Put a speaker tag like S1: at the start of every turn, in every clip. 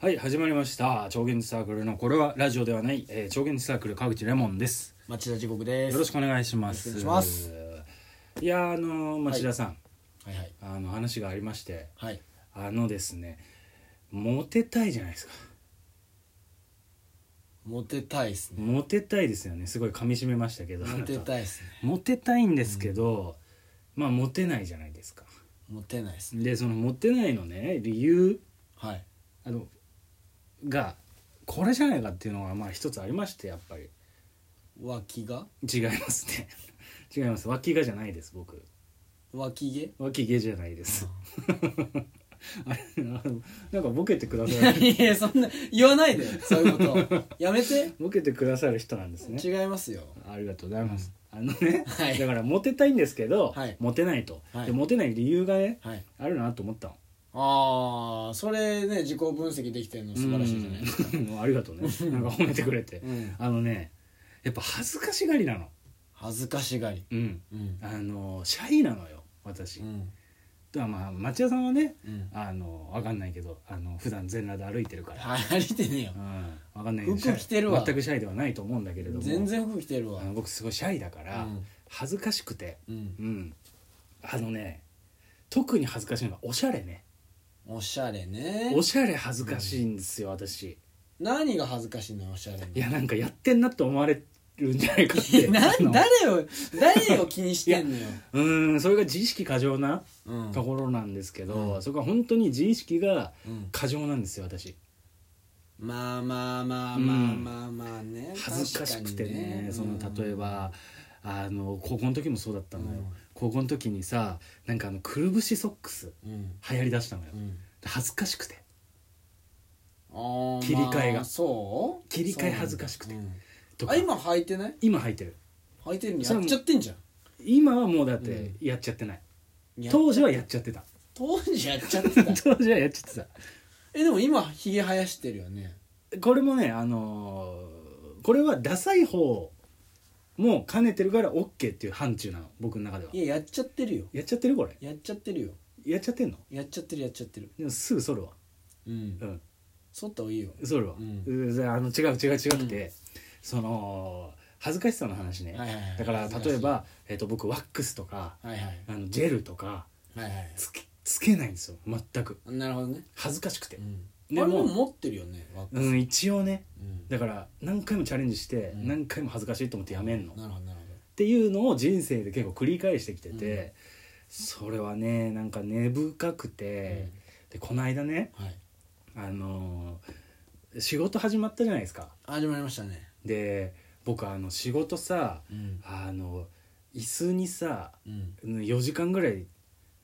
S1: はい始まりました超現実サークルのこれはラジオではない、えー、超現実サークル川口レモンです
S2: 町田地獄です
S1: よろしくお願いします
S2: よろしくお願いし
S1: いやーあのー町田さん、
S2: はいはい
S1: あの話がありまして
S2: はい
S1: あのですねモテたいじゃないですか
S2: モテたいですね
S1: モテたいですよねすごい噛み締めましたけど
S2: モテ
S1: い
S2: たいですね
S1: モテたいんですけど、まあモテないじゃないですか
S2: モテないですね
S1: でそのモテないのね理由
S2: はい
S1: あのがこれじゃないかっていうのがまあ一つありましてやっぱり
S2: 脇が
S1: 違いますね 違います脇がじゃないです僕
S2: 脇毛
S1: 脇毛じゃないですあれあのなんかボケてくださ る
S2: いやそんな言わないでそういうことやめて
S1: ボケてくださる人なんですね
S2: 違いますよ
S1: ありがとうございます、あのね、
S2: はい
S1: だからモテたいんですけど、
S2: はい
S1: モテないと、
S2: はい
S1: でモテない理由がね
S2: はい
S1: あるなと思ったの
S2: ああそれね自己分析できてるの素晴らしいじゃないですか
S1: うんありがとうねなんか褒めてくれて、
S2: うん
S1: あのねやっぱ恥ずかしがりなの
S2: 恥ずかしがり
S1: うん
S2: うん
S1: あのシャイなのよ私、
S2: うん
S1: だからまあ町屋さんはね
S2: うん
S1: あのわかんないけどあの普段全裸で歩いてるから、
S2: はい歩いてねえよ
S1: うん、わかんないけど
S2: 服着てるわ
S1: 全くシャイではないと思うんだけれども
S2: 全然服着てるわ
S1: あの僕すごいシャイだから、
S2: うん
S1: 恥ずかしくて
S2: うん
S1: うんあのね特に恥ずかしいのがおしゃれね
S2: おしゃれね
S1: おしゃれ恥ずかしいんですよ、私
S2: 何が恥ずかしいのよおしゃれの
S1: いやなんかやってんなって思われるんじゃないかっ
S2: い
S1: て
S2: やな
S1: あの
S2: 誰を誰を気にしてんのよ、
S1: うーんそれが自意識過剰な
S2: うん
S1: ところなんですけど、
S2: うん
S1: そこは本当に自意識が
S2: うん
S1: 過剰なんですよ私
S2: まあまあまあまあまあまあね、
S1: 恥ずかしくてねその
S2: え
S1: 例えば、あの高校の時もそうだったのよ、
S2: うん
S1: 高校の時にさなんかあのくるぶしソックス
S2: うん
S1: 流行りだしたのよ、
S2: うん
S1: 恥ずかしくて
S2: あー
S1: 切り替えが
S2: まあそう
S1: 切り替え恥ずかしくて
S2: そうなんだ
S1: と
S2: うん
S1: か
S2: あ今履いてない
S1: 今履いてる
S2: 履いてるの
S1: そ
S2: や
S1: れも
S2: っちゃってんじゃ
S1: 今はもうだって
S2: う
S1: やっちゃってない、
S2: んや
S1: 当時はやっちゃってた
S2: 当時やっちゃってた
S1: 当時はやっちゃって
S2: えでも今ひげ生やしてるよね
S1: たこれもねあのーこれはダサい方も兼ねてるから OK っていう範疇なの僕の中ではい
S2: ややっちゃってるよ
S1: やっちゃってるこれ
S2: やっちゃってるよ
S1: やっちゃってんの
S2: やっちゃってるやっちゃってる
S1: でもすぐ剃るわ
S2: うん
S1: うん
S2: 剃った方がいいよ
S1: それは、
S2: うん
S1: うんあの違う違う違くて、
S2: うん
S1: その恥ずかしさの話ね、
S2: はいはいはい
S1: だから例えば、えっと僕ワックスとか
S2: はいはい
S1: あのジェルとか
S2: はいはい
S1: つけつけないんですよ全く
S2: なるほどね
S1: 恥ずかしくて
S2: うん、
S1: で
S2: あれ
S1: も
S2: も持ってるよねワック
S1: うん、一応ねだから何回もチャレンジして、
S2: うん
S1: 何回も恥ずかしいと思ってやめんの、っ
S2: なるほどなるほ
S1: ていうのを人生で結構繰り返してきてて、
S2: うん
S1: それはねなんか根深くて、でこの間ね
S2: どはい
S1: あのー仕事始まったじゃないですか
S2: 始まりましたね
S1: で僕あの仕事さ
S2: うん
S1: あの椅子にさ
S2: うん
S1: 4時間ぐらい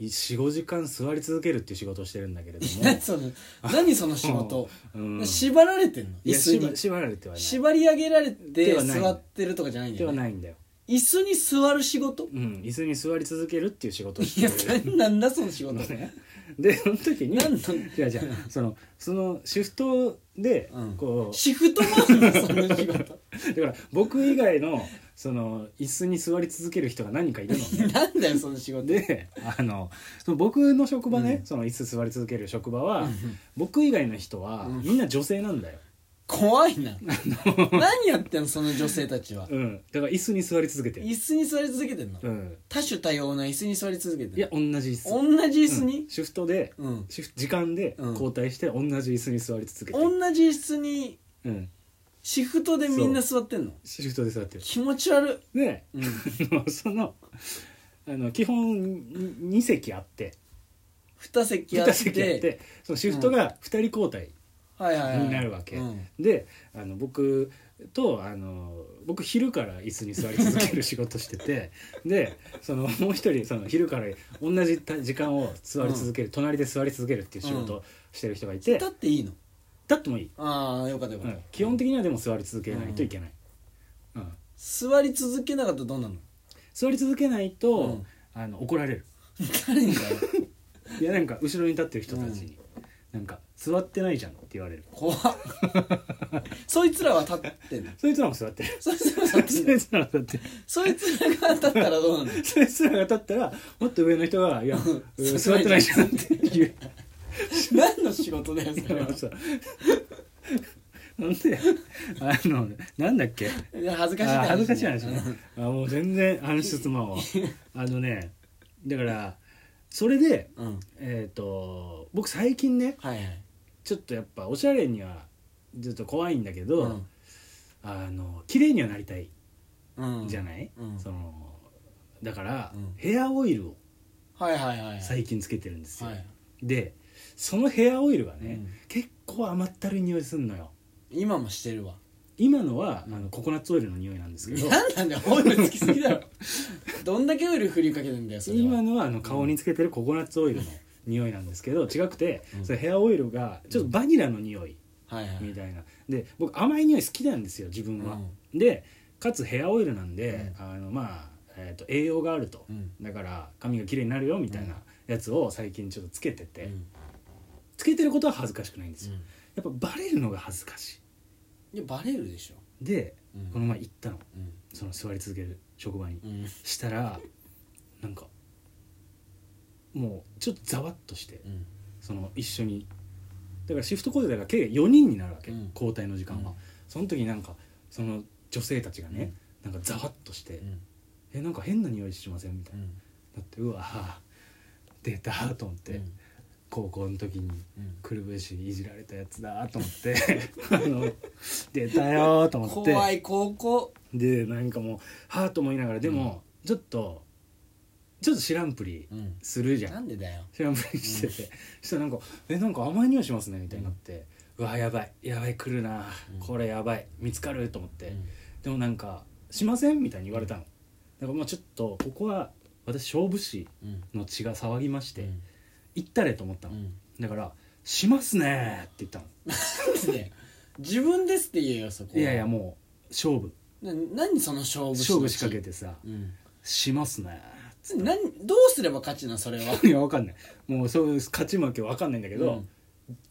S1: 45時間座り続けるっていう仕事をしてるんだけれども
S2: 何その何その仕事、
S1: うん、
S2: 縛られてんの
S1: い
S2: 椅
S1: や
S2: 子
S1: 縛
S2: に
S1: 縛られてはない
S2: 縛り上げられて
S1: ではない
S2: 座ってるとかじゃないんだ
S1: で
S2: よ、
S1: は
S2: ね、
S1: ないんだよ、
S2: 椅子に座る仕事
S1: うん、椅子に座り続ける っていう仕事をし
S2: いや
S1: てる
S2: なんだその仕事
S1: のねでその時に
S2: 何の
S1: じゃじゃそのそのシフトで
S2: うん
S1: こう、
S2: シフトもあるのその 仕事
S1: だから僕以外のその椅子に座り続ける人が何かいるのね
S2: なんだよその仕事
S1: であのその僕の職場ね、
S2: うん
S1: その椅子座り続ける職場は、僕以外の人は、
S2: うん
S1: みんな女性なんだよ、
S2: 怖いな何やってんのその女性 たちは
S1: うん、だから椅子に座り続けてる、
S2: 椅子に座り続けてんの
S1: うん、
S2: 多種多様な椅子に座り続けてんの
S1: いや同じ椅子
S2: 同じ椅子
S1: う
S2: に
S1: ん、シフトで、
S2: うん、
S1: シフト時間で
S2: うん
S1: 交代して同じ椅子に座り続けてる、
S2: 同じ椅子に
S1: うん、
S2: シフトでみんな座ってんの
S1: シフトで座ってる
S2: 気持ち悪
S1: で
S2: い、うん、
S1: あのそのあの基本2席あって
S2: 二席あっ
S1: 2
S2: て
S1: 席あってそのシフトが2人交代
S2: はいはい、はい、
S1: になるわけ、
S2: うん
S1: であの僕とあの僕昼から椅子に座り続ける仕事しててでそのもう一人その昼から同じた時間を座り続ける、隣で座り続けるっていう仕事をしてる人がいて、
S2: 立っていいの
S1: だってもいい、
S2: ああよかったよ
S1: う
S2: かった、
S1: ん、基本的にはでも座り続けないといけない、うん
S2: 座り続けなかったらどうなの
S1: 座り続けないと、
S2: うん
S1: あの怒られる
S2: 誰にだよ
S1: いやなんか後ろに立ってる人たちに、なんか座ってないじゃんって言われる
S2: 怖っ そいつらは立ってんの
S1: そいつらも座ってる
S2: そいつらは
S1: そい
S2: 立ってんの
S1: つらも座ってる
S2: そいつらが立ったらどうなの
S1: そい つらが立ったらもっと上の人が「いや
S2: ん
S1: うん座ってないじゃん」って言う
S2: なん何の仕事だよそれは
S1: そうほんであのなんだっけ
S2: いや恥ずかしい
S1: あ
S2: 話
S1: 恥ずかしい話ねあもう全然話進ま んわあのねだからそれで
S2: うんうん
S1: えっ、と僕最近ね
S2: はいはい
S1: ちょっとやっぱおしゃれにはちょっと怖いんだけど、
S2: うん
S1: あの綺麗にはなりたい
S2: うん
S1: じゃない、
S2: うん
S1: そのだから、
S2: うん
S1: ヘアオイルを
S2: はいはいはいはい
S1: 最近つけてるんですよ、
S2: はい
S1: でそのヘアオイルがね、
S2: うん
S1: 結構甘ったるい匂いすんのよ
S2: 今もしてるわ
S1: 今のは、
S2: うん
S1: あのココナッツオイルの匂いなんですけど
S2: 何なんだよオイルつきすぎだろどんだけオイル振りかけてんだよそれは
S1: 今のはあの顔につけてるココナッツオイルの匂いなんですけど違くて、
S2: うん
S1: そのヘアオイルがちょっとバニラの匂い
S2: はいはい
S1: みたいなで僕甘い匂い好きなんですよ自分は、でかつヘアオイルなんで、あのまあ、えー、と栄養があると、
S2: うん
S1: だから髪が綺麗になるよみたいなやつを最近ちょっとつけてて、
S2: うん
S1: つけてることは恥ずかしくないんですよ、
S2: うん
S1: やっぱバレるのが恥ずかし
S2: いやバレるでしょ
S1: いで、
S2: うん
S1: この前行ったの
S2: うん
S1: その座り続ける職場に、
S2: うん
S1: したらなんかもうちょっとざわっとして、
S2: うん
S1: その一緒にだからシフト交代だから計4人になるわけ、
S2: うん
S1: 交代の時間は、
S2: うん
S1: その時になんかその女性たちがね、なんかざわっとして「
S2: うん
S1: えなんか変な匂いしません?」みたいうな、
S2: ん
S1: だってうわ出たと思って、
S2: うん
S1: 高校の時に
S2: うん
S1: くるぶしいじられたやつだと思って あの出たよと思って
S2: 怖い高校
S1: でなんかもうはあと思いながらでも、ちょっとちょっと知らんぷり
S2: うん
S1: するじゃん
S2: なんでだよ
S1: 知らんぷりしてて、そしたらなんか「えなんか甘い匂いしますね」みたいになって「うわやばいやばい来るな
S2: うん
S1: これやばい見つかる」と思って、
S2: うん
S1: でもなんか「しません?」みたいに言われたのだからまあちょっとここは私勝負師
S2: うん
S1: の血が騒ぎまし
S2: う
S1: て、
S2: ん
S1: 行ったれと思った
S2: う
S1: の、
S2: ん
S1: だから「しますね」って言ったの
S2: ね自分ですって言えよそこはい
S1: やいやもう勝負
S2: な何その勝負
S1: 勝負仕掛け
S2: て
S1: てさ
S2: うん
S1: 「しますね」っつったの
S2: 何どうすれば勝ちなそれは
S1: いやわかんないもうそういう勝ち負けわかんないんだけど、
S2: うん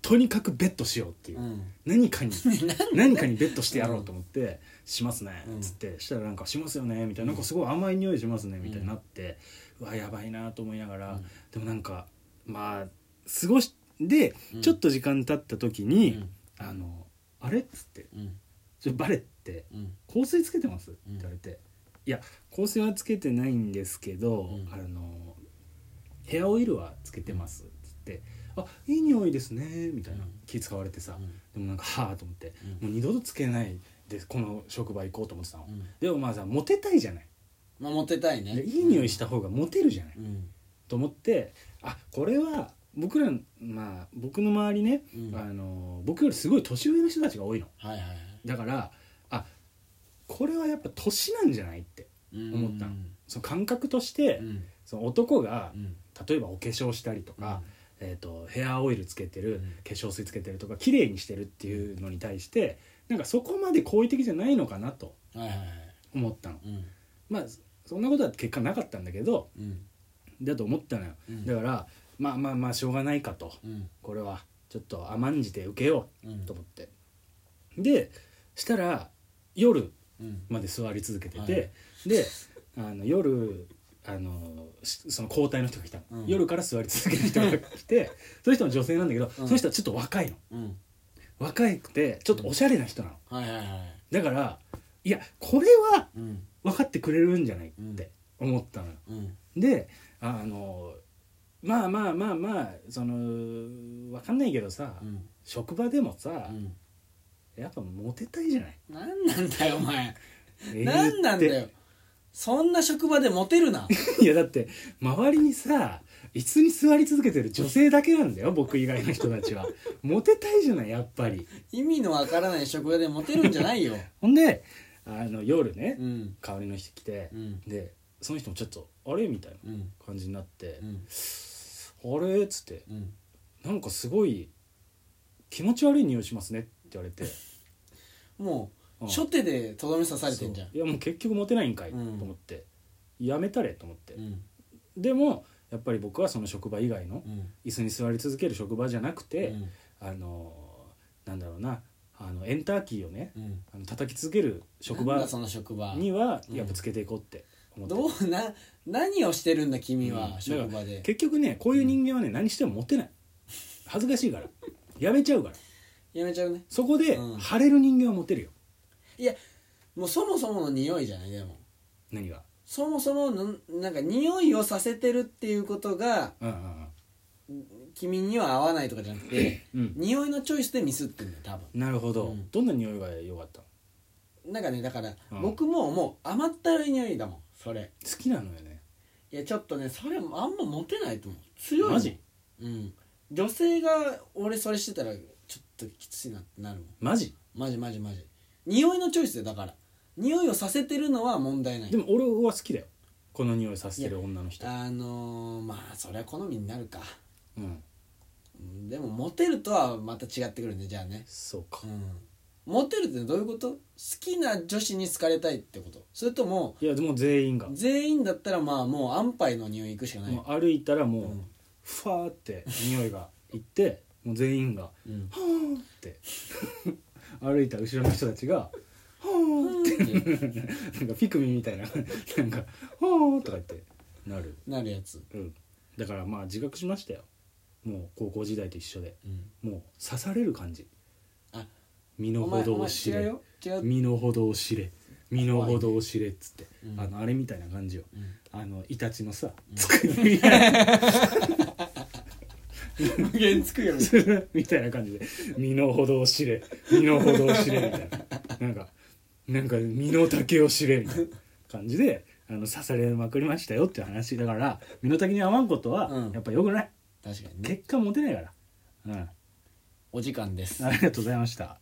S1: とにかくベットしようっていう、
S2: うん
S1: 何か に何かにベットしてやろうと思って「しますね」
S2: うん
S1: っつってしたらなんか「しますよね」みたいななんかすごい甘い匂いしますねみたいになって、うわやばいなと思いながら、
S2: うん
S1: でもなんかまあ過ごしで
S2: うん
S1: ちょっと時間経った時
S2: う
S1: に
S2: ん
S1: 「あのあれ?」っつって
S2: うん
S1: 「ちょバレって
S2: うん
S1: 香水つけてます?」って
S2: うん
S1: 言われて「いや香水はつけてないんですけど、
S2: うん
S1: あのヘアオイルはつけてます」っつって「あいい匂いですね」みたいな
S2: うん
S1: 気使われてさ、
S2: うん
S1: でもなんかはあと思って、
S2: うん
S1: もう二度とつけないでこの職場行こうと思ってたの、
S2: うん
S1: でもまあさモテたいじゃない
S2: まあモテたいね
S1: でいい匂いした方がモテるじゃない、
S2: うん
S1: と思ってあこれは僕らまあ僕の周りね、
S2: うん
S1: あの僕よりすごい年上の人たちが多いの
S2: はいはいはい
S1: だからあこれはやっぱ年なんじゃないって思ったの
S2: うん
S1: その感覚として、
S2: うん
S1: その男が
S2: うん
S1: 例えばお化粧したりとか、えー、とヘアオイルつけてる、
S2: うん
S1: 化粧水つけてるとか綺麗にしてるっていうのに対してなんかそこまで好意的じゃないのかなと
S2: はいはいはい
S1: 思ったの
S2: うん
S1: まあそんなことは結果なかったんだけど
S2: うん
S1: だと思ったのよ、
S2: うん
S1: だからまあまあまあしょうがないかと
S2: うん
S1: これはちょっと甘んじて受けよ
S2: う
S1: うんと思ってでしたら夜
S2: うん
S1: まで座り続けてて、
S2: はい
S1: であの夜あのしその交代の人が来たの、
S2: うん
S1: 夜から座り続ける人が来 てその人も女性なんだけど、
S2: うん
S1: その人はちょっと若いの
S2: うん
S1: 若くてちょっとおしゃれな人なの、
S2: はいはいはい
S1: だからいやこれは
S2: うん
S1: 分かってくれるんじゃないって思ったのよ、
S2: うん
S1: であのまあまあまあまあその分かんないけどさ、
S2: うん
S1: 職場でもさ、
S2: うん
S1: やっぱモテたいじゃない
S2: 何なんだよお前
S1: なん
S2: 何なんだよそんな職場でモテるない
S1: やだって周りにさ椅子に座り続けてる女性だけなんだよ僕以外の人たちはモテたいじゃないやっぱり
S2: 意味のわからない職場でモテるんじゃないよ
S1: ほんであの夜ね、
S2: うん
S1: 香りの人来て
S2: う、ん
S1: でその人もちょっと「あれ?」みたいな
S2: うん
S1: 感じになって
S2: う
S1: 「
S2: ん
S1: あれ?」っつって
S2: うん
S1: 「なんかすごい気持ち悪い匂いしますね」って言われて
S2: も
S1: う
S2: うん初手でとどめ刺されてんじゃん
S1: そういやもう結局モテないんかいと
S2: うん
S1: 思って、やめたれと思って、
S2: うん
S1: でもやっぱり僕はその職場以外の
S2: うん
S1: 椅子に座り続ける職場じゃなくて、
S2: うん
S1: あのなんだろうなあのエンターキーをね
S2: うん
S1: あの叩き続ける職
S2: なん
S1: 場
S2: だその職場
S1: には
S2: うん
S1: やっぱつけていこうって思ってる、
S2: どうな何をしてるんだ君
S1: う
S2: は
S1: ん
S2: 職
S1: だか
S2: 場
S1: ら
S2: で
S1: 結局ねこういう人間はね、何してもモテない恥ずかしいからやめちゃうから
S2: やめちゃうね
S1: そこで
S2: うん
S1: 腫れる人間はモテるよ
S2: いやもうそもそもの匂いじゃないでも
S1: 何が
S2: そもそものなんか匂いをさせてるっていうことが
S1: うんうん
S2: 君には合わないとかじゃな くて
S1: うんうん
S2: 匂いのチョイスでミスってんだよ多分
S1: なるほど、
S2: うん
S1: どんな匂いが良かったの
S2: なんかねだから、
S1: うん
S2: 僕ももう甘ったるい匂いだもんそれ
S1: 好きなのよね
S2: いやちょっとねそれあんまモテないと思う強いもん
S1: マジ
S2: うん女性が俺それしてたらちょっときついなってなるもん
S1: マジ
S2: マジマジマジ匂いのチョイスでだから匂いをさせてるのは問題ない
S1: でも俺は好きだよこの匂いさせてる女の人
S2: あのー、まあそれは好みになるか
S1: うん
S2: うんでもモテるとはまた違ってくるねじゃあね
S1: そうか
S2: うんモテるってどういうこと好きな女子に好かれたいってことそれとも
S1: いやでも全員が
S2: 全員だったらまあもう安牌の匂い行くしかない
S1: もう歩いたらもう、
S2: うん
S1: ふわーって匂いがいって もう全員が
S2: うん
S1: 「はーって 歩いた後ろの人たちが 「はーってなんかピクミンみたいな なんか「はーとか言ってなる、
S2: なるやつ
S1: うん、だからまあ自覚しましたよもう高校時代と一緒で
S2: うん
S1: もう刺される感じ
S2: あ
S1: 身の
S2: お前
S1: 程
S2: お
S1: を
S2: 前
S1: 知
S2: 違う
S1: れ
S2: よ違う
S1: 身の程を知れ身の程を知れっつって、
S2: うん
S1: あのあれみたいな感じよ
S2: うん
S1: あのイタチのさ作りみたいな
S2: 無限つ くよみたい
S1: するみたいな感じで「身の程を知れ身の程を知れ」みたいななんかなんか身の丈を知れみたいな感じであの刺されまくりましたよっていう話だから身の丈に合わんこと
S2: う
S1: は
S2: ん
S1: やっぱよくない、
S2: な確かにね
S1: 結果持てないから、うん、
S2: お時間です
S1: ありがとうございました